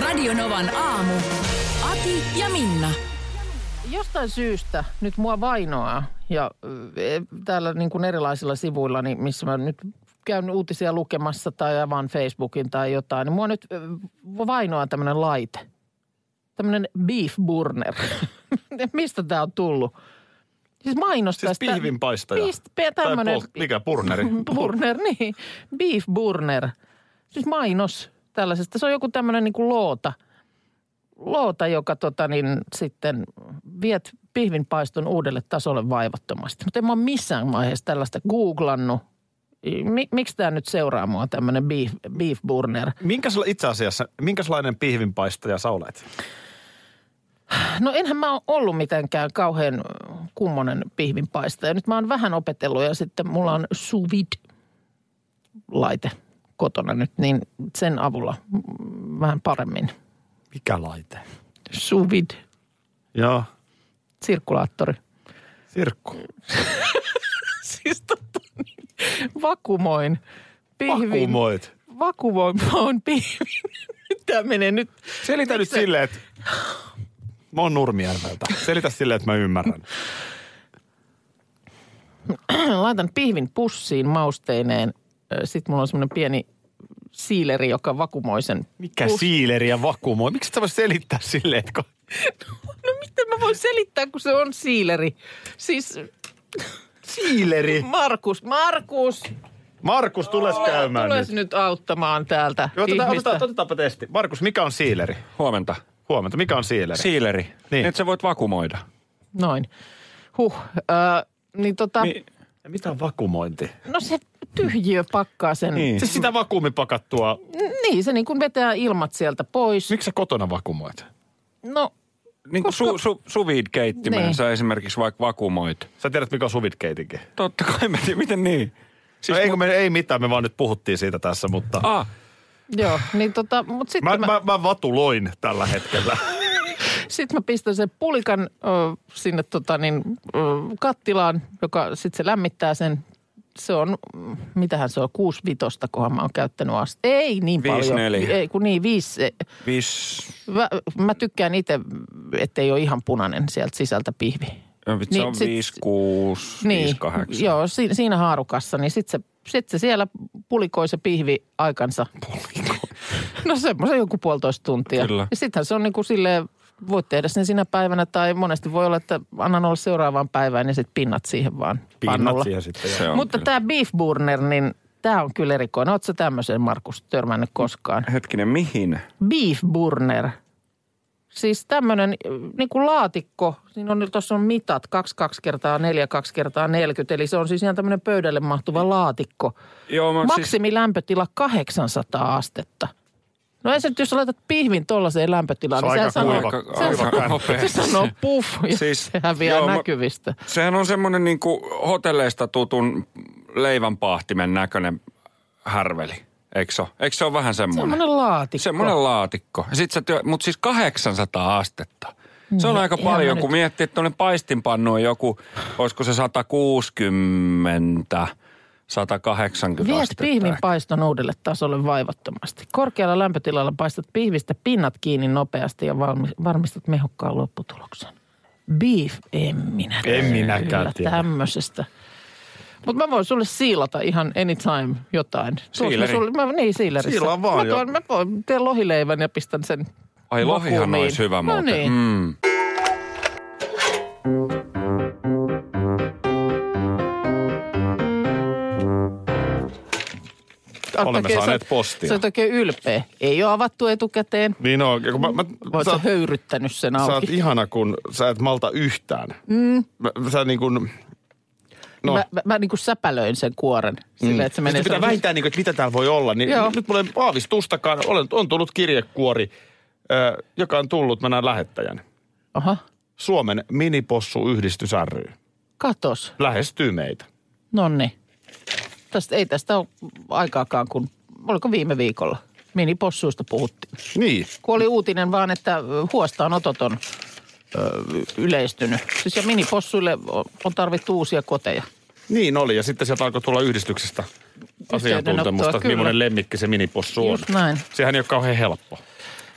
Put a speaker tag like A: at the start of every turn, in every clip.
A: Radionovan aamu. Ati ja Minna.
B: Jostain syystä nyt mua vainoaa ja ö, täällä niin kuin erilaisilla sivuilla, niin missä mä nyt käyn uutisia lukemassa tai avaan Facebookin tai jotain, niin mua nyt ö, vainoaa tämmöinen laite. Tämmöinen beef burner. Mistä tämä on tullut? Siis mainostaa
C: Siis pihvinpaistaja.
B: Pist, tämmönen,
C: Tai pol- mikä, burneri?
B: burner, niin. Beef burner. Siis mainos tällaisesta. Se on joku tämmöinen niin kuin loota. Loota, joka tota niin, sitten viet pihvinpaiston uudelle tasolle vaivattomasti. Mutta en mä ole missään vaiheessa tällaista googlannut. Mi- miksi tämä nyt seuraa mua tämmöinen beef, beef burner?
C: Minkäsla, itse asiassa, minkälainen pihvinpaistaja sä olet?
B: No enhän mä ole ollut mitenkään kauhean kummonen pihvinpaistaja. Nyt mä oon vähän opetellut ja sitten mulla on suvid laite kotona nyt, niin sen avulla mm, vähän paremmin.
C: Mikä laite?
B: Suvid,
C: Joo,
B: sirkulaattori.
C: sirkku.
B: Siis totta, niin, vakumoin pihvin.
C: Vakumoit.
B: Vakumoin, mä oon pihvin. Tämä menee nyt.
C: Selitä nyt silleen, että... Mä oon Nurmijärveltä. Selitä silleen, että mä ymmärrän.
B: Laitan pihvin pussiin mausteineen. Sitten mulla on semmoinen pieni siileri, joka vakumoi sen
C: Mikä
B: pussin.
C: siileri ja vakuumoi? Miksi sä vois selittää silleen, että kun...
B: No miten mä voin selittää, kun se on siileri? Siis
C: Siileri!
B: Markus, Markus,
C: Markus, tules käymään
B: tules
C: nyt.
B: nyt. auttamaan täältä
C: Joo, otetaan,
B: ihmistä.
C: otetaan, otetaanpa testi. Markus, mikä on siileri?
D: Huomenta.
C: Huomenta, mikä on siileri?
D: Siileri.
C: Niin.
D: Niin. Nyt sä voit vakumoida.
B: Noin. Huh. Äh, niin tota,
D: Mi-
C: Ja mitä on vakumointi?
B: no se tyhjiö pakkaa sen.
D: Niin.
C: Siis sitä vakuumipakattua.
B: niin se niin kuin vetää ilmat sieltä pois.
C: Miksi sä kotona vakumoit?
B: No,
D: Niin kuin su, su, sous keittimen
B: Niin.
D: niin. sä esimerkiksi vaikka vakumoit.
C: Sä tiedät, mikä on suvitkeitinkin.
D: Totta kai mä tiedän, miten niin?
C: Siis no ei, kun me, ei mitään, me vaan nyt puhuttiin siitä tässä, mutta
D: Ah,
B: joo, niin tota, mut sitten mä,
C: mä, mä, mä, vatuloin tällä hetkellä.
B: Sitten mä pistän sen pulikan ö, sinne tota, niin, ö, kattilaan, joka sitten se lämmittää sen. Se on, mm, mitähän se on, 6 vitosta, kohan mä oon käyttänyt asti. Ei niin
D: Viisi
B: paljon.
D: neljä.
B: Ei, kun niin, viisi. eh,
D: vis...
B: Mä, mä tykkään itse, ettei ole ihan punainen sieltä sisältä pihvi.
D: ö, Vitsi,
B: Niin,
D: niin, on
B: sit- Niin,
D: 5, 6, 5, 8.
B: joo, si, siinä haarukassa, niin sitten se, sit se siellä pulikoi se pihvi aikansa. No semmoisen joku puolitoista tuntia.
D: Kyllä.
B: Ja sittenhän se on niin kuin silleen, voit tehdä sen sinä päivänä tai monesti voi olla, että annan olla seuraavaan päivään ja sitten pinnat siihen vaan pannulla.
C: sitten.
D: Se on
B: Mutta
D: kyllä.
B: tämä beef burner, niin tämä on kyllä erikoinen. Oletko tämmöisen, Markus, törmännyt koskaan?
D: Hetkinen, mihin?
B: Beef burner. Siis tämmöinen niin kuin laatikko, siinä on, tuossa on mitat 22 kertaa 4, 2 kertaa 40, eli se on siis ihan tämmöinen pöydälle mahtuva laatikko.
D: Joo, Niin. mä siis...
B: Maksimilämpötila 800 astetta. No ei se nyt, jos sä laitat pihvin tollaiseen lämpötilaan,
C: Se on
B: niin sehän
C: aika
B: sanoo,
C: kuiva-
D: aika-
B: sehän
D: aika
B: sanoo,
D: nopea.
B: se sanoo puff, ja siis,
D: Siis-
B: se häviää
D: joo,
B: joo,
D: mä-
B: näkyvistä.
D: Sehän on semmoinen niin kuin hotelleista tutun leivänpaahtimen näköinen härveli. Eikö se ole? Eikö se ole vähän semmoinen?
B: Semmoinen laatikko.
D: Semmoinen laatikko. Ja sit sä työ, mutta siis 800 astetta. Se on
B: No,
D: aika
B: ihan
D: paljon,
B: mä
D: kun
B: nyt-
D: miettii, että tuonne paistinpannu on joku, olisiko se 160, 180
B: Viet
D: astetta.
B: pihvin paiston uudelle tasolle vaivattomasti. Korkealla lämpötilalla paistat pihvistä pinnat kiinni nopeasti ja valmi- varmistat mehokkaan lopputuloksen. Beef, en minä
C: En minäkään
B: kyllä
C: tiedä.
B: tämmöisestä. Mutta mä voin sulle siilata ihan anytime jotain. Tuos mä
D: Siileri.
B: Sulle, mä, niin, siilerissä.
C: Siilaa vaan
B: mä,
C: jo.
B: tuon, mä voin, teen lohileivän ja pistän sen
D: Ai lohihan
B: vakuumiin.
D: olisi hyvä muuten.
B: No niin.
D: Mm.
C: Olemme
B: Ottakaa,
C: saaneet
B: sä oot-
C: postia.
B: Sä oot oikein ylpeä. Ei ole avattu etukäteen.
C: Niin on. Kun mä, mä,
B: Voit
C: sä,
B: sä höyryttänyt sen
C: sä
B: auki.
C: oot ihana, kun sä et malta yhtään. Mm. Mä, sä niin kuin,
B: No. Mä, mä, mä niin kuin säpälöin sen kuoren. Silleen, että se menee
C: Sitten Mm. pitää vähintään, niin kuin, että mitä täällä voi olla. Niin
B: Joo.
C: Joo. Nyt mulla ei aavistustakaan. Olen, on tullut kirjekuori, ö, joka on tullut. Mä näen lähettäjän.
B: Aha,
C: Suomen minipossuyhdistys ry
B: katos.
C: lähestyy meitä.
B: Nonni. Tästä, ei tästä ole aikaakaan, kun oliko viime viikolla. Minipossuista puhuttiin.
C: Niin.
B: Kun oli uutinen vaan, että huostaanotot on ö, yleistynyt. Siis ja minipossuille on- on tarvittu uusia koteja.
C: Niin oli, ja sitten sieltä alkoi tulla yhdistyksestä asiantuntemusta, että
B: kyllä.
C: millainen lemmikki se minipossu on.
B: Just näin.
C: Sehän ei ole kauhean helppo.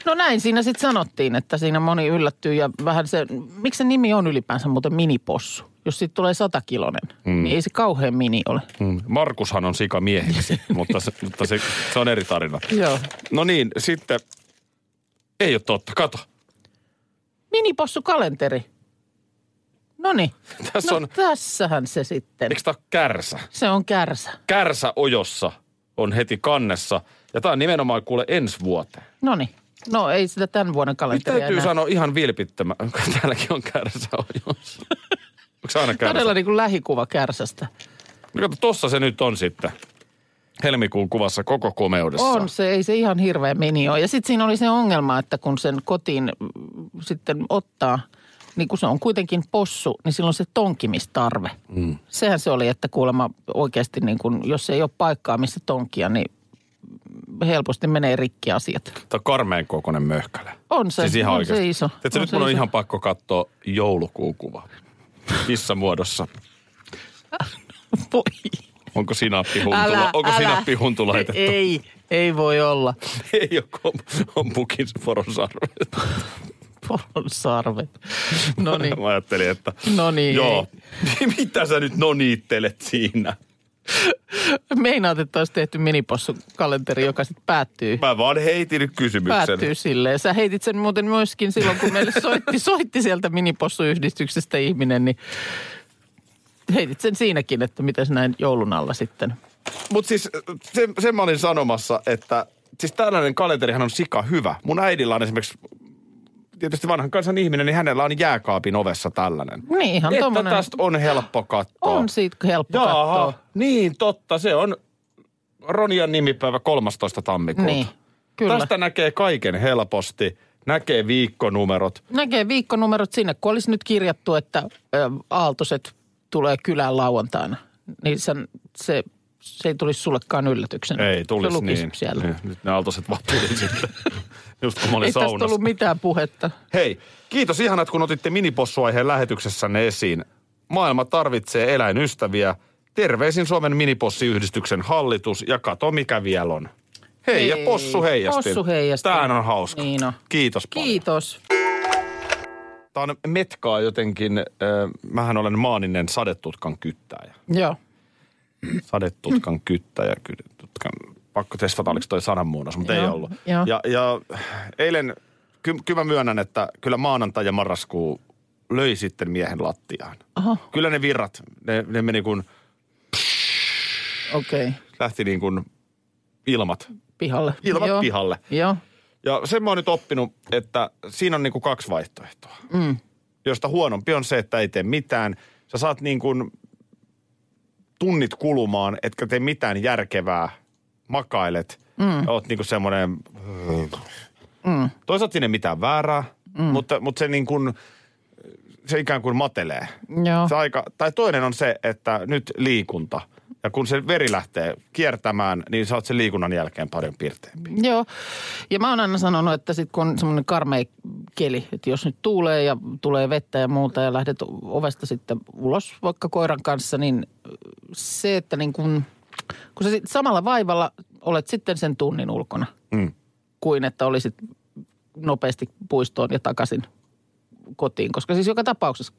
B: No näin siinä sitten sanottiin, että siinä moni yllättyy ja vähän se, miksi se nimi on ylipäänsä muuten minipossu? Jos siitä tulee satakilonen, mm. niin ei se kauhean mini ole.
C: Mm. Markushan on sika miehiksi, mutta, se, mutta se, se on eri tarina.
B: Joo.
C: No niin, sitten ei ole totta. Kato,
B: Minipossukalenteri. Noniin.
C: tässä
B: No
C: no. on,
B: tässähän se sitten.
C: eikö tämä kärsä?
B: Se on kärsä.
C: Kärsä ojossa on heti kannessa, ja tämä on nimenomaan kuule ensi vuoteen.
B: Noniin. No ei sitä tämän vuoden
C: Nyt
B: kalenteria
C: täytyy
B: enää.
C: sanoa ihan vilpittömän, kun täälläkin on kärsä ojossa. Onko se aina kärsä?
B: Todella niin kuin lähikuva kärsästä.
C: No kato, tossa se nyt on sitten. Helmikuun kuvassa koko komeudessa.
B: On se, ei se ihan hirveä mini ole. Ja sitten siinä oli se ongelma, että kun sen kotiin mm, sitten ottaa, niin kun se on kuitenkin possu, niin silloin se tonkimistarve. Mm. Sehän se oli, että kuulemma oikeasti niin kun, jos ei ole paikkaa, missä tonkia, niin helposti menee rikki asiat.
C: Tämä on karmeen kokoinen möhkäle.
B: On se,
C: siis ihan
B: on
C: oikeasti.
B: se iso.
C: Tiedätkö,
B: On
C: nyt
B: se
C: mun on
B: iso.
C: ihan pakko katsoa joulukuun kuva. Missä muodossa?
B: Voi,
C: Onko sinappihuntula, onko sinappihuntula laitettu?
B: Ei, ei voi olla.
C: ei ole, kun on, on pukin porosarvet.
B: Poron sarvet. No niin.
C: Mä ajattelin, että
B: No niin,
C: joo. Mitä sä nyt noniittelet siinä?
B: Meinaat, että olisi tehty minipossukalenteri, joka sitten päättyy
C: Mä vaan heitin nyt kysymyksen.
B: päättyy silleen. Sä heitit sen muuten myöskin silloin, kun meille soitti, soitti sieltä minipossuyhdistyksestä ihminen, niin heitit sen siinäkin, että mitäs näin joulun alla sitten.
C: Mutta siis sen, sen mä olin sanomassa, että siis tällainen kalenterihan on sika hyvä. Mun äidillä on esimerkiksi, tietysti vanhan kansan ihminen, niin hänellä on jääkaapin ovessa tällainen.
B: Niin ihan
C: että
B: tommonen.
C: tästä on helppo katsoa.
B: On siitä helppo katsoa.
C: niin totta, se on Ronian nimipäivä 13. tammikuuta.
B: Niin, kyllä.
C: Tästä näkee kaiken helposti, näkee viikkonumerot.
B: Näkee viikkonumerot sinne, kun olisi nyt kirjattu, että ö, Aaltoset tulee kylään lauantaina, niin sen, se, se ei tulisi sullekaan yllätyksenä.
C: Ei, tulisi
B: se lukisi
C: niin.
B: siellä.
C: Niin, Nyt ne aaltoiset vaan tuli sitten, just kun mä olin
B: Ei tästä
C: saunassa.
B: ollut mitään puhetta.
C: Hei, kiitos ihanat, kun otitte minipossuaiheen lähetyksessänne esiin. Maailma tarvitsee eläinystäviä. Terveisin Suomen minipossiyhdistyksen hallitus ja kato mikä vielä on. Hei, hei ja
B: Hei,
C: possu heijastin.
B: possu heijastin.
C: Tämähän on hauska.
B: Niin on.
C: Kiitos paljon.
B: Kiitos.
C: Tämä on metkaa jotenkin, äh, mähän olen maaninen sadetutkan kyttäjä.
B: Joo. Mm.
C: Sadetutkan kyttäjä, kytutkan. Pakko testata, oliko toi sananmuunnos, mutta ei
B: Joo,
C: ollut.
B: joo.
C: Ja, ja eilen, ky, kyllä mä myönnän, että kyllä maanantai ja marraskuu löi sitten miehen lattiaan.
B: Aha,
C: Kyllä ne virrat, ne, ne meni kuin,
B: okei. Okay.
C: lähti niin kuin ilmat,
B: Pihalle.
C: ilmat
B: Joo.
C: pihalle.
B: Joo.
C: Ja sen mä oon nyt oppinut, että siinä on niin kuin kaksi vaihtoehtoa.
B: Mm.
C: josta huonompi on se, että ei tee mitään. Sä saat niin kuin tunnit kulumaan, etkä tee mitään järkevää, makailet. Mm. Oot niin kuin semmoinen...
B: Mm.
C: Toisaalta siinä ei mitään väärää, mm. mutta, mutta se niin kuin, se ikään kuin matelee.
B: Joo.
C: Se aika, tai toinen on se, että nyt liikunta. Ja kun se veri lähtee kiertämään, niin sä oot sen liikunnan jälkeen paljon pirteempi.
B: Joo. Ja mä oon aina sanonut, että sit kun on semmoinen karmea keli, että jos nyt tuulee ja tulee vettä ja muuta ja lähdet ovesta sitten ulos vaikka koiran kanssa, niin se, että niin kun, kun sä sit samalla vaivalla olet sitten sen tunnin ulkona,
C: Mm.
B: kuin että olisit nopeasti puistoon ja takaisin kotiin, koska siis joka tapauksessa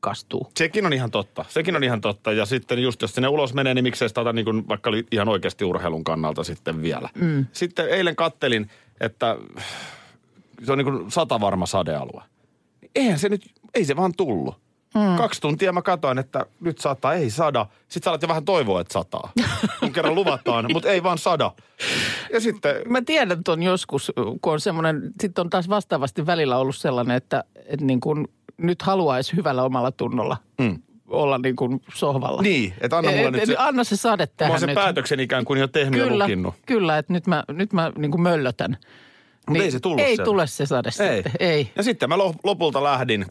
B: kastuu.
C: Sekin on ihan totta. Sekin on ihan totta. Ja sitten just jos sinne ulos menee, niin miksei sitä ota niin kuin, vaikka oli ihan oikeasti urheilun kannalta sitten vielä. Mm. Sitten eilen kattelin, että se on niin kuin satavarma sadealue. Eihän se nyt, ei se vaan tullut. Mm. Kaksi tuntia mä katoin, että nyt sataa, ei sada. Sitten sä alat jo vähän toivoa, että sataa. Kun kerran luvataan, mutta ei vaan sada. Ja sitten
B: Mä tiedän ton joskus, kun on semmoinen, sitten on taas vastaavasti välillä ollut sellainen, että, että niin kun nyt haluaisi hyvällä omalla tunnolla mm. olla niin kuin sohvalla.
C: Niin, että anna mulle
B: Et-
C: nyt
B: et-
C: se-
B: Anna se sade
C: Mä
B: tähän
C: oon sen
B: nyt.
C: päätöksen ikään kuin jo tehnyt ja
B: kyllä,
C: lukinnut.
B: kyllä, että nyt mä, nyt mä niin kuin möllötän. Niin
C: Mutta ei se tullut
B: Ei
C: sieltä.
B: tule se sade
C: Ei.
B: sitten, ei.
C: Ja sitten mä lo- lopulta lähdin,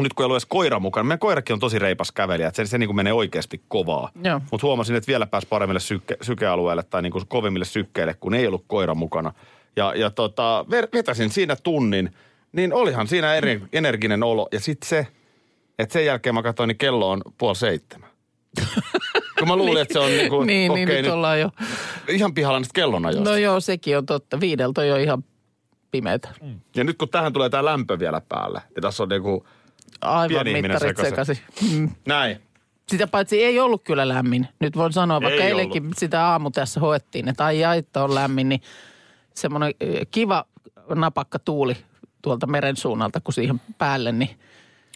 C: nyt kun ei ollut edes koira mukana. Meidän koirakin on tosi reipas kävelijä, että se, se niin kuin menee oikeasti kovaa.
B: Joo.
C: Mutta huomasin, että vielä pääsi paremmille syke- sykealueelle tai niin kuin kovimmille sykkeille, kun ei ollut koira mukana. Ja, ja tota, ver- vetäsin siinä tunnin, niin olihan siinä eri, energinen olo. Ja sitten se, että sen jälkeen mä katsoin, niin kello on puoli seitsemän. kun mä luulin, että se on niin kuin,
B: niin,
C: okei,
B: niin nyt
C: nyt
B: ollaan jo.
C: ihan pihalla niistä kellonajoista.
B: No joo, sekin on totta. Viideltä on jo ihan pimeätä.
C: Ja nyt kun tähän tulee tämä lämpö vielä päälle, ja tässä on niinku
B: Aivan
C: Pieni ihminen
B: mittarit
C: sekaisin.
B: sekaisin. Mm.
C: näin.
B: Sitä paitsi ei ollut kyllä lämmin. Nyt voin sanoa, vaikka
C: Ei
B: eilenkin sitä aamu tässä hoettiin, että ai ai, että on lämmin, niin semmoinen ö, kiva napakka tuuli tuolta meren suunnalta, kun siihen päälle, niin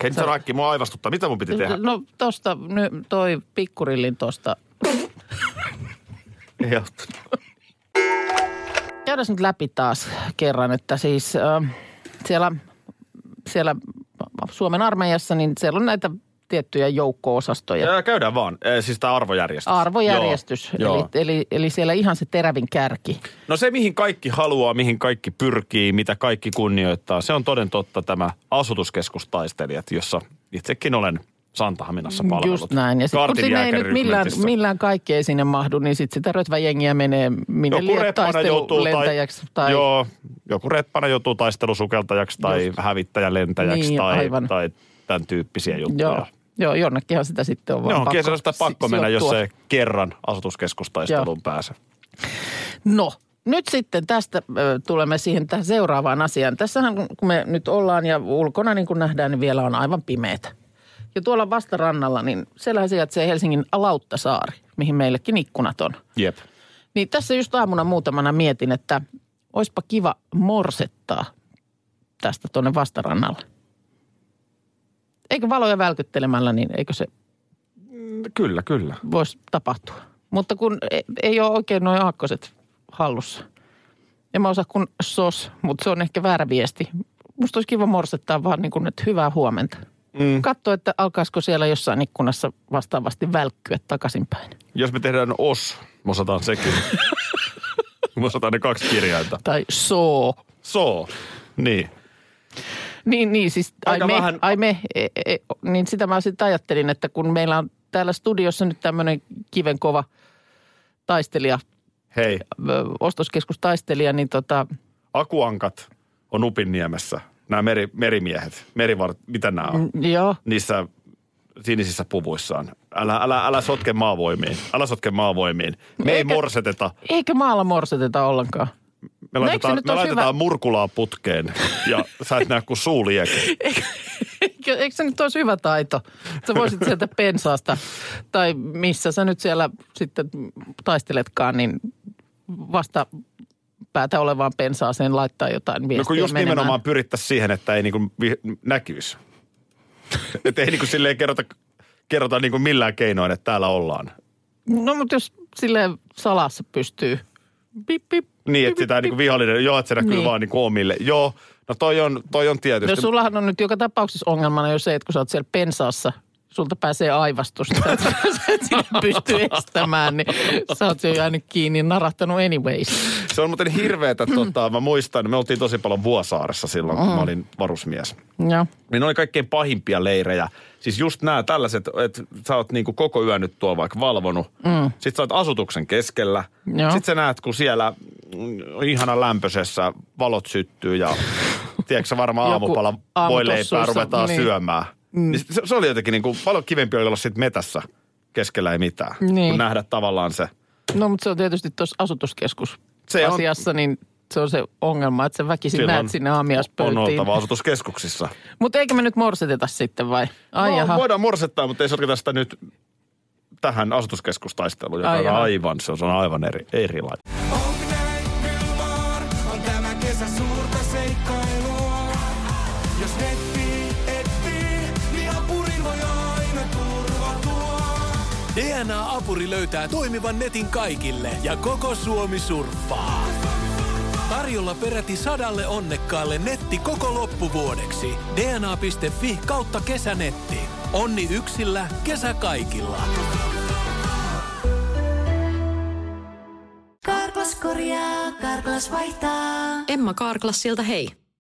C: Kenttä rakki, mua aivastuttaa. Mitä mun piti tehdä?
B: No tosta, nyt toi pikkurillin tosta.
C: Ei auttanut.
B: Käydään nyt läpi taas kerran, että siis äh, siellä, siellä Suomen armeijassa, niin siellä on näitä tiettyjä joukko-osastoja.
C: Ää, Käydään vaan. Ää, Siis tämä arvojärjestys.
B: Arvojärjestys,
C: Joo.
B: Eli,
C: Joo.
B: eli, eli siellä ihan se terävin kärki.
C: No se, mihin kaikki haluaa, mihin kaikki pyrkii, mitä kaikki kunnioittaa, se on toden totta tämä asutuskeskustaistelijat, jossa itsekin olen Santahaminassa palvellut.
B: Just näin. Ja sit, kun sinne ei nyt millään,
C: Kaartinjääkärirykmentissä.
B: millään kaikki ei sinne mahdu, niin sitten sitä rötväjengiä menee minne
C: joku
B: lie
C: reppana joutuu tai,
B: taistelulentäjäksi. Tai,
C: Joo, joku reppana joutuu taistelusukeltajaksi tai hävittäjälentäjäksi
B: Niin,
C: tai,
B: aivan.
C: tai tämän tyyppisiä juttuja.
B: joo, joo, jonnekinhan sitä sitten on vaan
C: Joo,
B: pakko.
C: pakko, sitä pakko
B: si-
C: mennä, jos
B: sijoittua.
C: ei kerran asutuskeskustaisteluun pääse.
B: No, nyt sitten tästä ö, tulemme siihen tähän seuraavaan asiaan. Tässähän kun me nyt ollaan ja ulkona niin kuin nähdään, niin vielä on aivan pimeätä. Ja tuolla vastarannalla, niin siellähän sijaitsee Helsingin Lauttasaari, mihin meillekin ikkunat on.
C: Jep.
B: Niin tässä just aamuna muutamana mietin, että oispa kiva morsettaa tästä tuonne vastarannalle. Eikö valoja välkyttelemällä, niin eikö se
C: Kyllä, kyllä.
B: voisi tapahtua. Mutta kun e- ei ole oikein noin aakkoset hallussa. En mä osaa kun sos, mutta se on ehkä väärä viesti. Musta olisi kiva morsettaa vaan niin kuin, että hyvää huomenta. Mm. Katso, että alkaisiko siellä jossain ikkunassa vastaavasti välkkyä takaisinpäin.
C: Jos me tehdään os, me osataan sekin. me osataan ne kaksi kirjainta.
B: Tai soo.
C: So. Niin.
B: Niin, niin siis ai
C: Aika
B: me,
C: vähän-
B: ai me e, e, niin sitä mä sitten ajattelin, että kun meillä on täällä studiossa nyt tämmöinen kivenkova taistelija,
C: Hei,
B: ö, ostoskeskustaistelija, niin tota,
C: akuankat on Upinniemessä. Nämä meri, merimiehet, merivart, mitä nämä on?
B: mm, joo,
C: Niissä sinisissä puvuissaan. Älä, älä, älä sotke maavoimiin. Älä sotke maavoimiin. Me ei
B: Eikä-
C: morseteta.
B: Eikä maalla morseteta ollenkaan.
C: Me
B: No eikö se
C: laitetaan,
B: nyt
C: me
B: ole
C: laitetaan
B: hyvä?
C: murkulaa putkeen ja sä et näe kuin suuliekin.
B: Eikö, eikö se nyt olisi hyvä taito? Sä voisit sieltä pensaasta tai missä sä nyt siellä sitten taisteletkaan, niin vasta päätä olevaan pensaaseen laittaa jotain viestiä
C: No kun just
B: menemään.
C: nimenomaan pyrittäisiin siihen, että ei niinku vi- näkyisi. että ei niinku silleen kerrota, kerrota niinku millään keinoin, että täällä ollaan.
B: No mutta jos silleen salassa pystyy. Pip, pip.
C: Niin, että sitä niinku vihollinen, joo, että se näkyy
B: Niin.
C: vaan niinku omille. Joo, no toi on, toi on tietysti.
B: No sullahan on nyt joka tapauksessa ongelmana jo se, että kun sä oot siellä pensaassa, sulta pääsee aivastusta, sä et, sä et sitä pysty estämään, niin sä oot jo jäänyt kiinni ja narahtanut anyways.
C: Se on muuten hirveetä, tota, mä muistan, me oltiin tosi paljon Vuosaaressa silloin, kun mä olin varusmies.
B: Joo.
C: Niin ne oli kaikkein pahimpia leirejä. Siis just nämä tällaiset, että sä oot niinku koko yön nyt tuolla vaikka valvonut. Mm. Sitten sä oot asutuksen keskellä.
B: Joo.
C: Sitten sä näet, kun siellä mm, on ihana lämpöisessä valot syttyy ja tiedätkö sä varmaan
B: Joku
C: aamupala
B: aamu
C: voi leipää
B: tossuissa,
C: ruvetaan niin.
B: niin.
C: syömään. Mm. Niin se, se oli jotenkin niinku paljon kivempi olla sitten metässä keskellä ei mitään.
B: Niin.
C: Kun nähdä tavallaan se.
B: No mutta se on tietysti tuossa asutuskeskus
C: Se
B: se
C: on-
B: asiassa, on... niin se on se ongelma, että sä väkisin Silloin näet sinne
C: on
B: aamiaispöytiin.
C: oltava asutuskeskuksissa.
B: Mutta eikö me nyt morseteta sitten vai? Ai no, jaha.
C: voidaan morsettaa, mutta ei sotketa sitä nyt tähän asutuskeskustaisteluun, joka
B: Ai
C: on
B: jaha.
C: aivan, se on se on aivan eri, erilainen.
E: On näin, kyllä vaan, on tämä kesä suurta seikkailua. Jos nettiin etsii, niin apurin voi aina turvatua.
F: DNA-apuri löytää toimivan netin kaikille ja koko Suomi surffaa. Tarjolla peräti sadalle onnekkaalle netti koko loppuvuodeksi. dna.fi kautta kesänetti. Onni yksillä, kesä kaikilla.
G: Karklas korjaa, Karklas vaihtaa.
H: Emma Karklassilta hei.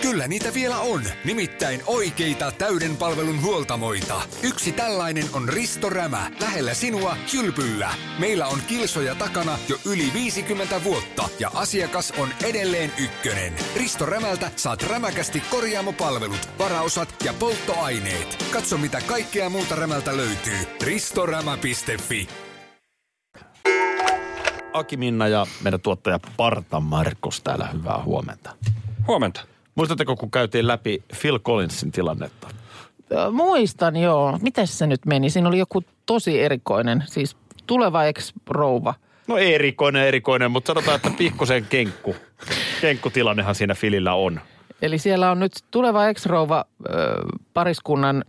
I: Kyllä niitä vielä on, nimittäin oikeita täyden palvelun huoltamoita. Yksi tällainen on Risto Rämä, lähellä sinua, kylpyllä. Meillä on kilsoja takana jo yli 50 vuotta ja asiakas on edelleen ykkönen. Risto Rämältä saat rämäkästi korjaamopalvelut, varaosat ja polttoaineet. Katso mitä kaikkea muuta Rämältä löytyy. ristorämä.fi
C: Aki Minna ja meidän tuottaja Parta Markus täällä. Hyvää huomenta.
D: Huomenta.
C: Muistatteko, kun käytiin läpi Phil Collinsin tilannetta?
B: Ö, Muistan joo. Miten se nyt meni? Siinä oli joku tosi erikoinen, siis tuleva ex-rouva.
C: No erikoinen, erikoinen, mutta sanotaan, että pikkusen kenkku. Kenkkutilannehan siinä Filillä on.
B: Eli siellä on nyt tuleva ex-rouva ö, pariskunnan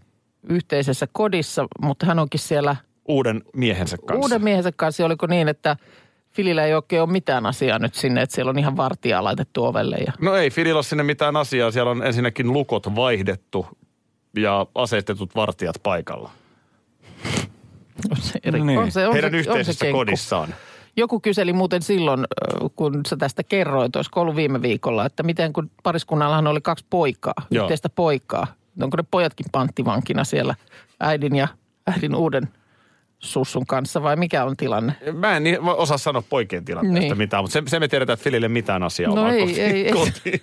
B: yhteisessä kodissa, mutta hän onkin siellä
C: Uuden miehensä kanssa.
B: uuden miehensä kanssa. Ja Oliko niin, että Filillä ei oikein ole mitään asiaa nyt sinne, että siellä on ihan vartijaa laitettu ovelle ja
C: No ei Filillä ole sinne mitään asiaa. Siellä on ensinnäkin lukot vaihdettu ja aseistetut vartijat paikalla.
B: on se, eri, on se, on
C: Niin. Heidän
B: se, on se
C: yhteisessä
B: kenkku.
C: kodissaan.
B: Joku kyseli muuten silloin, ö, kun sä tästä kerroit, olisiko ollut viime viikolla, että miten kun pariskunnallahan oli kaksi poikaa,
C: Joo.
B: Joo. yhteistä poikaa. Onko ne pojatkin panttivankina siellä äidin ja äidin uuden sussun kanssa vai mikä on tilanne?
C: Mä en niin- mä osaa sanoa poikien tilanteesta
B: Niin.
C: mitään, mutta se, se me tiedetään, että Filille mitään asiaa
B: No
C: on, vaan
B: ei,
C: kotiin-
B: ei, ei.
C: kotiin.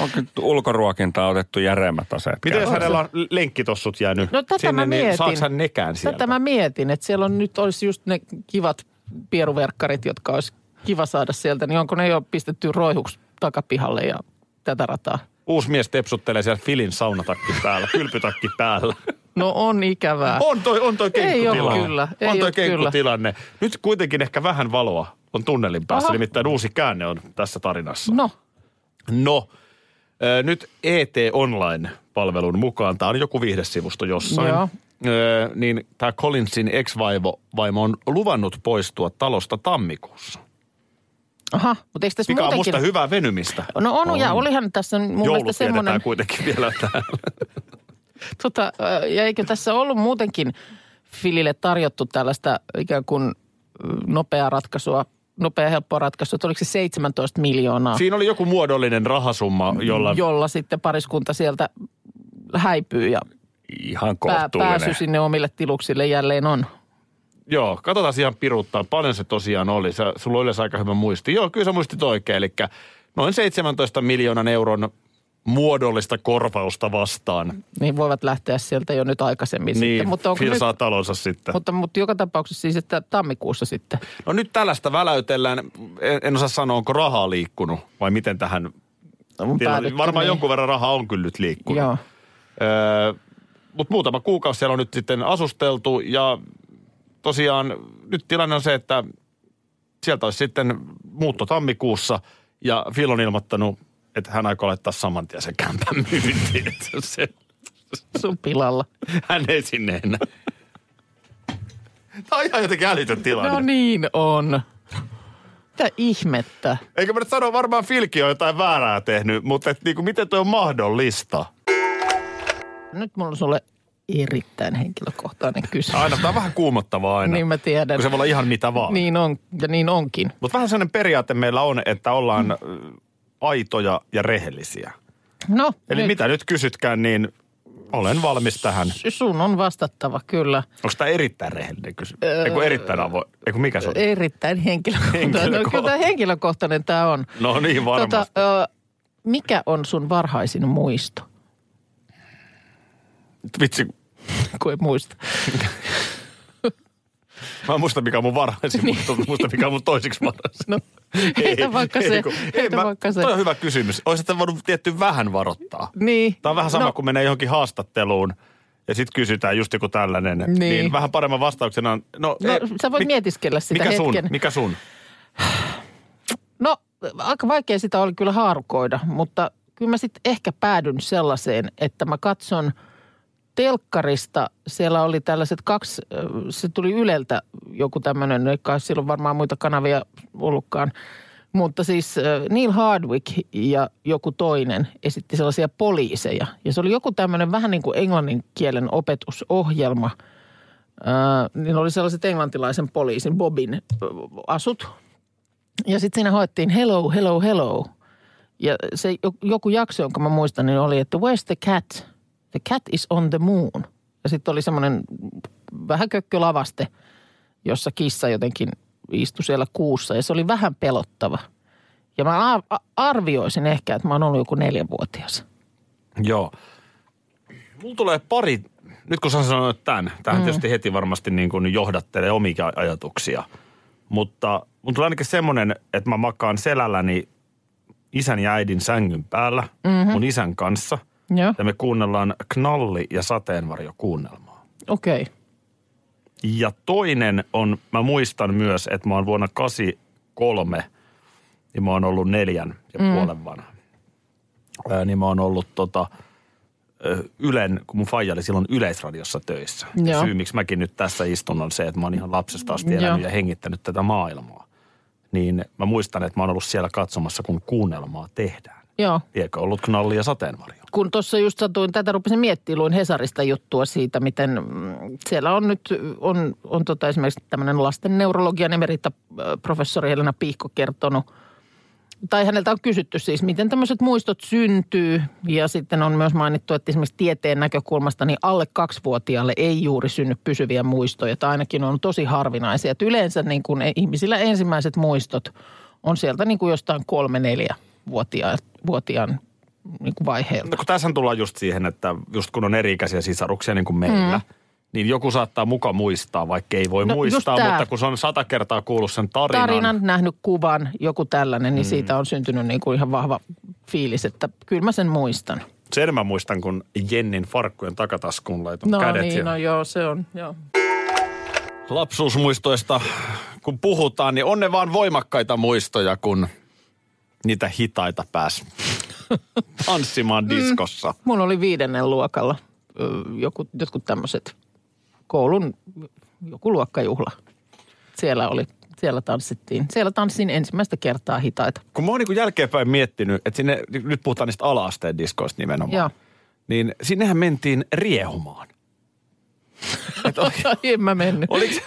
D: Onko nyt ulkoruokintaa otettu järeemmät aseet?
C: Miten jos
D: käyttöön?
C: hänellä on lenkkitossut jäänyt
B: No tätä
C: sinne,
B: mä mietin.
C: niin saaks hän nekään sieltä?
B: Tätä mä mietin, että siellä on nyt olisi just ne kivat pieruverkkarit, jotka olisi kiva saada sieltä, niin onko ne jo pistetty roihuksi takapihalle ja tätä rataa?
C: Uusi mies tepsuttelee siellä Filin saunatakki päällä, kylpytakki päällä.
B: No on ikävää.
C: On toi, on toi
B: Ei
C: kenkkutilanne.
B: ole kyllä, ei
C: on toi
B: ole kyllä.
C: kenkkutilanne. Nyt kuitenkin ehkä vähän valoa on tunnelin päässä,
B: Aha.
C: nimittäin uusi käänne on tässä tarinassa.
B: No,
C: No, ö, nyt E ET Online-palvelun mukaan, tämä on joku viihdesivusto jossain,
B: Joo.
C: Ö, niin tämä Collinsin ex-vaimo vaimo on luvannut poistua talosta
B: No
C: tammikuussa.
B: aha, mutta eikö tässä
C: Mikä on
B: muutenkin...
C: musta hyvää venymistä.
B: No on, ja olihan tässä mun
C: Joulut
B: mielestä
C: vietetään
B: semmoinen,
C: kuitenkin vielä täällä.
B: tota, ö, ja eikö tässä ollut muutenkin Filille tarjottu tällaista ikään kuin ö, nopeaa ratkaisua, nopea helppoa ratkaisua, että oliko se 17 miljoonaa,
C: Siinä oli joku muodollinen rahasumma, jolla...
B: jolla sitten pariskunta sieltä häipyy ja
D: Ihan
B: pää,
D: kohtuullinen.
B: pääsy siis- sinne omille tiluksille jälleen on.
C: Joo, katsotaan ihan piruuttaan. Paljon se tosiaan oli. Sä, sulla on yleensä aika hyvä muisti. Joo, kyllä sä muistit oikein. Eli noin 17 miljoonan euron muodollista korvausta vastaan.
B: Niin voivat lähteä sieltä jo nyt aikaisemmin
C: Niin,
B: sitten. Mutta, onko
C: Phil
B: nyt,
C: saa talonsa sitten.
B: mutta, mutta joka tapauksessa siis, että tammikuussa sitten.
C: No nyt tällaista väläytellään. En, en osaa sanoa, onko rahaa liikkunut vai miten tähän...
B: On No, päädytty,
C: Tilanne. Varmaan
B: niin.
C: jonkun verran rahaa on kyllä nyt liikkunut.
B: Joo.
C: Öö, Mutta muutama kuukausi siellä on nyt sitten asusteltu ja tosiaan nyt tilanne on se, että sieltä olisi sitten muutto tammikuussa ja Phil on ilmoittanut, että hän aikoo laittaa saman tien sen kämpän myyntiin. Että Se,
B: Sun pilalla.
C: hän ei sinne enää. Tämä on ihan jotenkin älytön tilanne.
B: No niin on. Mitä ihmettä?
C: Eikö mä nyt sano, varmaan Filki on jotain väärää tehnyt, mutta et, niinku, miten toi on mahdollista?
B: Nyt mulla on sulle erittäin henkilökohtainen kysymys.
C: Aina, tämä on vähän kuumottavaa aina.
B: Niin mä tiedän.
C: Kun se voi olla ihan mitä vaan.
B: Niin on, ja niin onkin.
C: Mutta vähän sellainen periaate meillä on, että ollaan mm. aitoja ja rehellisiä.
B: No,
C: Eli
B: nyt
C: mitä nyt kysytkään, niin olen valmis tähän.
B: sun on vastattava kyllä.
C: Onko tämä erittäin rehellinen kysymys? Öö, Eiku erittäin avo... Eiku mikä se on?
B: Erittäin henkilökohtainen. No, kyllä tämä
C: Henkilökohtainen.
B: henkilökohtainen tämä on.
C: No niin, varmasti. Tota,
B: ö, mikä on sun varhaisin muisto?
C: Vitsi,
B: Kun ei muista.
C: mä en muista mikä on mun varhaisin, mutta muista mikä on mun toisiksi varhaisin.
B: No, Niin. heitä vaikka se.
C: kun-
B: Heitä
C: mä-
B: vaikka se.
C: Toi on hyvä kysymys. Olisi sitä voinut tietty vähän varoittaa.
B: Niin.
C: Tämä on vähän sama no.
B: No.
C: kuin menee johonkin haastatteluun ja sitten kysytään just joku tällainen, niin,
B: Niin.
C: niin vähän paremman vastauksena on, no,
B: No,
C: ei,
B: sä voit
C: mi-
B: mietiskellä sitä
C: mikä sun,
B: hetken.
C: mikä sun?
B: No, aika vaikea sitä oli kyllä haarukoida, mutta kyllä mä sitten ehkä päädyn sellaiseen, että mä katson telkkarista. Siellä oli tällaiset kaksi, äh, se tuli Yleltä joku tämmöinen, eikä ole silloin varmaan muita kanavia ollutkaan. Mutta siis äh, Neil Hardwick ja joku toinen esitti sellaisia poliiseja. Ja se oli joku tämmöinen vähän niin kuin englannin kielen opetusohjelma – Ää, niin oli sellaiset englantilaisen poliisin Bobin ö, asut. Ja sitten siinä hoettiin hello, hello, hello. Ja se jo- joku jakso, jonka mä muistan, niin oli, että where's the cat? The cat is on the moon. Ja sitten oli semmoinen vähän kökkölavaste, jossa kissa jotenkin istui siellä kuussa. Ja se oli vähän pelottava. Ja mä ar- a- arvioisin ehkä, että mä oon ollut joku neljävuotias.
C: Joo. Mulla tulee pari, nyt kun sä sanoit tämän, tämähän mm. tietysti heti varmasti niin kuin johdattelee omia ajatuksia. Mutta mun tulee ainakin semmoinen, että mä makaan selälläni isän ja äidin sängyn päällä
B: Mhm.
C: mm-hmm. mun isän kanssa.
B: Joo,
C: Ja me kuunnellaan knalli- ja sateenvarjokuunnelmaa.
B: okei. Okay.
C: Ja toinen on, mä muistan myös, että mä oon vuonna 83, niin mä oon ollut neljän ja mm. puolen vanha. Ää, niin mä oon ollut tota, ö, Ylen, kun mun faija oli silloin Yleisradiossa töissä. Ja
B: Joo.
C: syy, miksi mäkin nyt tässä istun, on se, että mä oon ihan lapsesta asti elänyt
B: Joo.
C: ja hengittänyt tätä maailmaa. Niin mä muistan, että mä oon ollut siellä katsomassa, kun kuunnelmaa tehdään.
B: Joo.
C: Liekö ollut knalli ja sateenvarjo?
B: kun tuossa just satuin, tätä rupesin miettimään, luin Hesarista juttua siitä, miten mm, siellä on nyt, on, on tota esimerkiksi tämmöinen lasten neurologian emerita ö, professori Helena Piikko kertonut, tai häneltä on kysytty siis, miten tämmöiset muistot syntyy, ja sitten on myös mainittu, että esimerkiksi tieteen näkökulmasta niin alle kaksivuotiaalle ei juuri synny pysyviä muistoja, tai ainakin on tosi harvinaisia. Et yleensä niin kun ei- ihmisillä ensimmäiset muistot on sieltä niin kuin jostain kolme-neljä vuotiaan niin kuin vaiheelta.
C: No kun tässähän tullaan just siihen, että just kun on eri-ikäisiä sisaruksia niin kuin meillä, mm. niin joku saattaa muka muistaa, vaikka ei voi no,
B: No,
C: muistaa,
B: just tää.
C: mutta kun se on sata kertaa kuullut sen tarinan. Mm.
B: tarinan, nähnyt kuvan, joku tällainen, niin siitä on syntynyt niin kuin ihan vahva fiilis, että kyllä mä sen muistan.
C: Sen mä muistan, kun Jennin farkkujen takataskuun laiton
B: No
C: kädet.
B: niin,
C: ja
B: no joo, se on, joo.
C: Lapsuusmuistoista, kun puhutaan, niin on ne vaan voimakkaita muistoja, kun niitä hitaita pääs tanssimaan diskossa.
B: Mun oli viidennen luokalla ö, joku, jotkut tämmöiset koulun joku luokkajuhla. Siellä oli, siellä tanssittiin. Siellä tanssin ensimmäistä kertaa hitaita.
C: Kun mä oon niin jälkeenpäin miettinyt, että sinne, nyt puhutaan niistä ala-asteen diskoista nimenomaan.
B: Joo.
C: niin sinnehän mentiin riehumaan. Et oli,
B: en mä mennyt.
C: oliko se,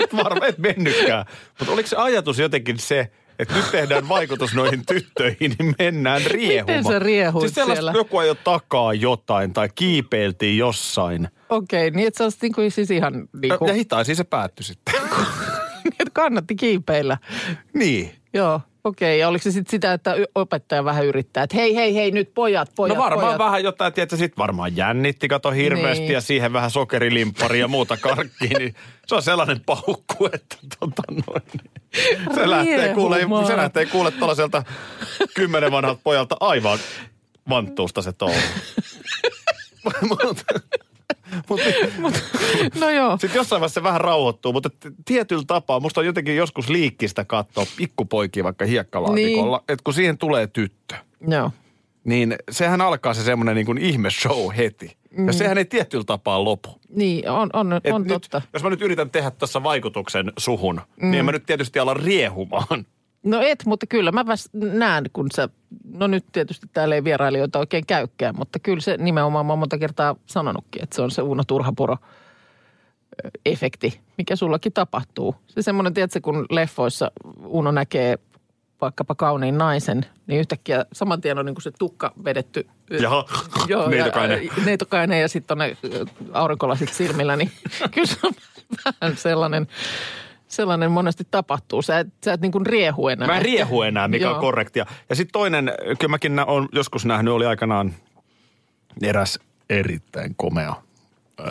C: et varmaan et mennytkään, mutta oliko se ajatus jotenkin se, että nyt tehdään vaikutus noihin tyttöihin, niin mennään riehumaan.
B: sä riehuit
C: siis sellaista,
B: siellä?
C: joku ajoi takaa jotain tai kiipeiltiin jossain.
B: Okei, niin että sä olisit niin kuin, siis ihan niin
C: Ja, ja
B: kuin,
C: hitaan siis se päättyi sitten.
B: että kannatti kiipeillä.
C: niin.
B: Joo, okei. Ja oliko se sitten sitä, että y- opettaja vähän yrittää, että hei, hei, hei, nyt pojat, pojat,
C: No varmaan
B: pojat.
C: vähän jotain, tietysti sit varmaan jännitti, kato hirveästi
B: Niin.
C: ja siihen vähän sokerilimippari ja muuta karkkiin. Niin se on sellainen paukku, että tota noin. Se lähtee kuule,
B: Riehumaan.
C: se lähtee kuule tuollaiselta kymmenen vanhalta pojalta aivan vanttuusta se touhu. Mut- mut-
B: No joo.
C: Sitten jossain vaiheessa se vähän rauhoittuu, mutta t- tietyllä tapaa, musta on jotenkin joskus liikkistä katsoa pikkupoikia vaikka hiekkalaatikolla, niin. että kun siihen tulee tyttö
B: Joo.
C: niin sehän alkaa se semmoinen niin kuin ihme-show heti. Mm. Ja sehän ei tietyllä tapaa lopu.
B: Niin, on, on,
C: Et
B: on
C: nyt,
B: totta.
C: Jos mä nyt yritän tehdä tässä vaikutuksen suhun, mm. niin en mä nyt tietysti ala riehumaan.
B: No et, mutta kyllä mä väs näen, kun sä, no nyt tietysti täällä ei vierailijoita oikein käykään, mutta kyllä se nimenomaan, mä oon monta kertaa sanonutkin, että se on se Uno Turhapuro ö, efekti, mikä sullakin tapahtuu. Se semmoinen, tiedätkö, kun leffoissa Uno näkee vaikkapa kauniin naisen, niin yhtäkkiä saman tien on niin kuin se tukka vedetty. ö,
C: Jaha, neitokainen.
B: Ja, neitokainen ja sitten on ne ö, aurinkolasit silmillä, niin kyllä se on vähän sellainen, sellainen monesti tapahtuu. Sä et, sä et niin kuin riehu enää.
C: Mä en riehu enää, mikä on
B: Joo.
C: korrektia. Ja sitten toinen, kyllä mäkin on joskus nähnyt, oli aikanaan eräs erittäin komea äh,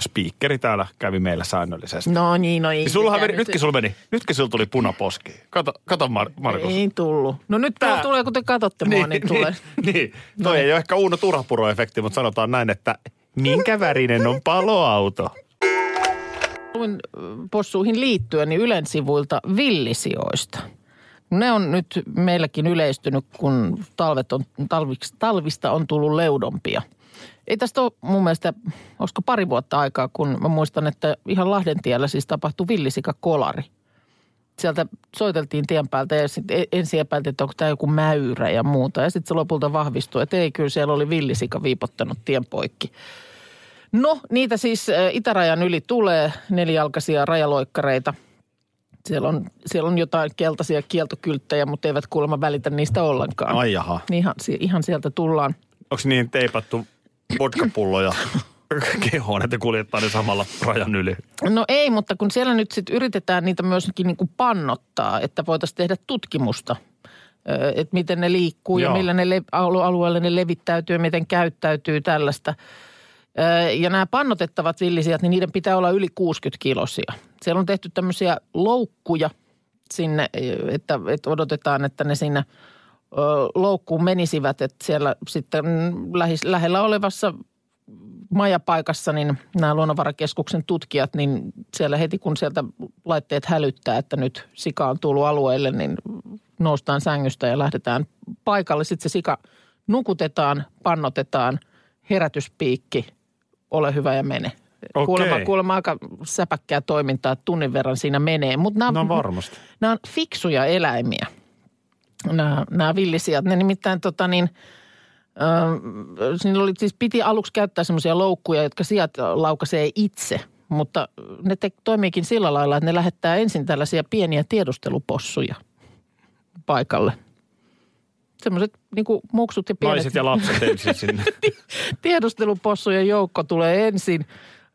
C: speakeri täällä, kävi meillä säännöllisesti.
B: No niin, no ei.
C: Niin sullahan
B: mitään
C: meni, nytkin sulla meni, nytkin sulla tuli punaposki. Kato, kato Mar- Markus.
B: Ei tullut. No nyt
C: Tää-
B: Tää. tulee, kun te katsotte mua, niin, tulee.
C: Niin, niin. toi ei ole ehkä Uuno Turhapuro-efekti, mutta sanotaan näin, että Minkä värinen on paloauto?
B: Luin äh, possuihin liittyen niin Ylen sivuilta villisijoista. Ne on nyt meilläkin yleistynyt, kun talvet on, talviks, talvista on tullut leudompia. Ei tästä ole mun mielestä, olisiko pari vuotta aikaa, kun mä muistan, että ihan Lahdentiellä siis tapahtui villisikakolari. Sieltä soiteltiin tien päältä ja sitten ensin epäiltiin, että onko tämä joku mäyrä ja muuta. Ja sitten se lopulta vahvistui, että ei kyllä siellä oli villisika viipottanut tien poikki. No, niitä siis äh, itärajan yli tulee nelijalkaisia rajaloikkareita. Siellä on, siellä on jotain keltaisia kieltokylttejä, mutta eivät kuulemma välitä niistä ollenkaan.
C: Ai jaha.
B: Niin ihan, si- ihan sieltä tullaan.
C: Onko niihin niin teipattu vodkapulloja kehoon, että kuljettaa ne samalla rajan yli?
B: No ei, mutta kun siellä nyt sitten yritetään niitä myöskin niin kuin pannottaa, että voitaisiin tehdä tutkimusta, ö, että miten ne liikkuu Joo.
C: Joo.
B: ja millä ne le- alu- alueelle ne levittäytyy ja miten käyttäytyy tällaista. Ö, Ja nämä pannotettavat villisijat, niin niiden pitää olla yli 60 kilosia. Siellä on tehty tämmöisiä loukkuja sinne, ö, että, että odotetaan, että ne sinne ö, loukkuun menisivät, että siellä sitten mm, lähis, lähellä olevassa majapaikassa, niin nämä luonnonvarakeskuksen tutkijat, niin siellä heti kun sieltä laitteet hälyttää, että nyt sika on tullut alueelle, niin noustaan sängystä ja lähdetään paikalle. Sitten se sika nukutetaan, pannotetaan, herätyspiikki, ole hyvä ja mene.
C: Okei.
B: Kuulemma, kuulemma aika säpäkkää toimintaa, että tunnin verran siinä menee. Mut nämä,
C: No varmasti.
B: nämä on fiksuja eläimiä, nämä, nämä villisijat. Ne nimittäin tota niin, ö, siinä oli, siis piti aluksi käyttää semmoisia loukkuja, jotka sijat laukaisee itse. Mutta ne te, toimiikin sillä lailla, että ne lähettää ensin tällaisia pieniä tiedustelupossuja paikalle. Semmoiset niin muksut ja pienet
C: Naiset ja lapset ensin sinne.
B: tiedustelupossujen joukko tulee ensin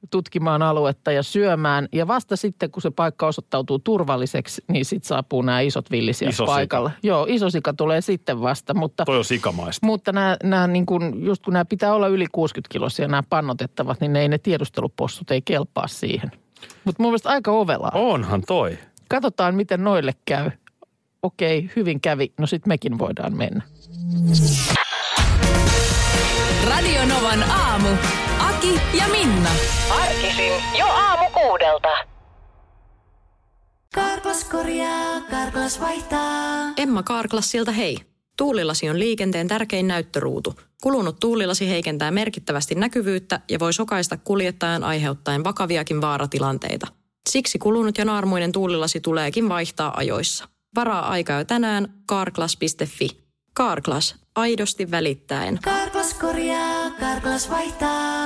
B: tutkimaan aluetta ja syömään. Ja vasta sitten, kun se paikka osoittautuu turvalliseksi, niin sitten saapuu nämä isot villisiä
C: Iso sika.
B: paikalle. Joo, iso sika tulee sitten vasta, mutta...
C: Toi on sikamaista.
B: Mutta nämä, nämä niin kuin, just kun nämä pitää olla yli 60 kiloisia, nämä pannotettavat, niin ne, ei ne tiedustelupossut ei kelpaa siihen. Mutta mun mielestä aika ovelaa.
C: Onhan toi.
B: Katsotaan, miten noille käy. Okei, hyvin kävi. No sitten mekin voidaan mennä.
A: Radio Novan aamu. Aki ja Minna.
J: Arkisin jo aamu kuudelta.
G: Karklas korjaa, Karklas vaihtaa.
H: Emma Karklas siltä hei. Tuulilasi on liikenteen tärkein näyttöruutu. Kulunut tuulilasi heikentää merkittävästi näkyvyyttä ja voi sokaista kuljettajan aiheuttaen vakaviakin vaaratilanteita. Siksi kulunut ja naarmuinen tuulilasi tuleekin vaihtaa ajoissa. Varaa aikaa jo tänään karklas.fi. Karklas, aidosti välittäen.
G: Karklas korjaa, Karklas vaihtaa.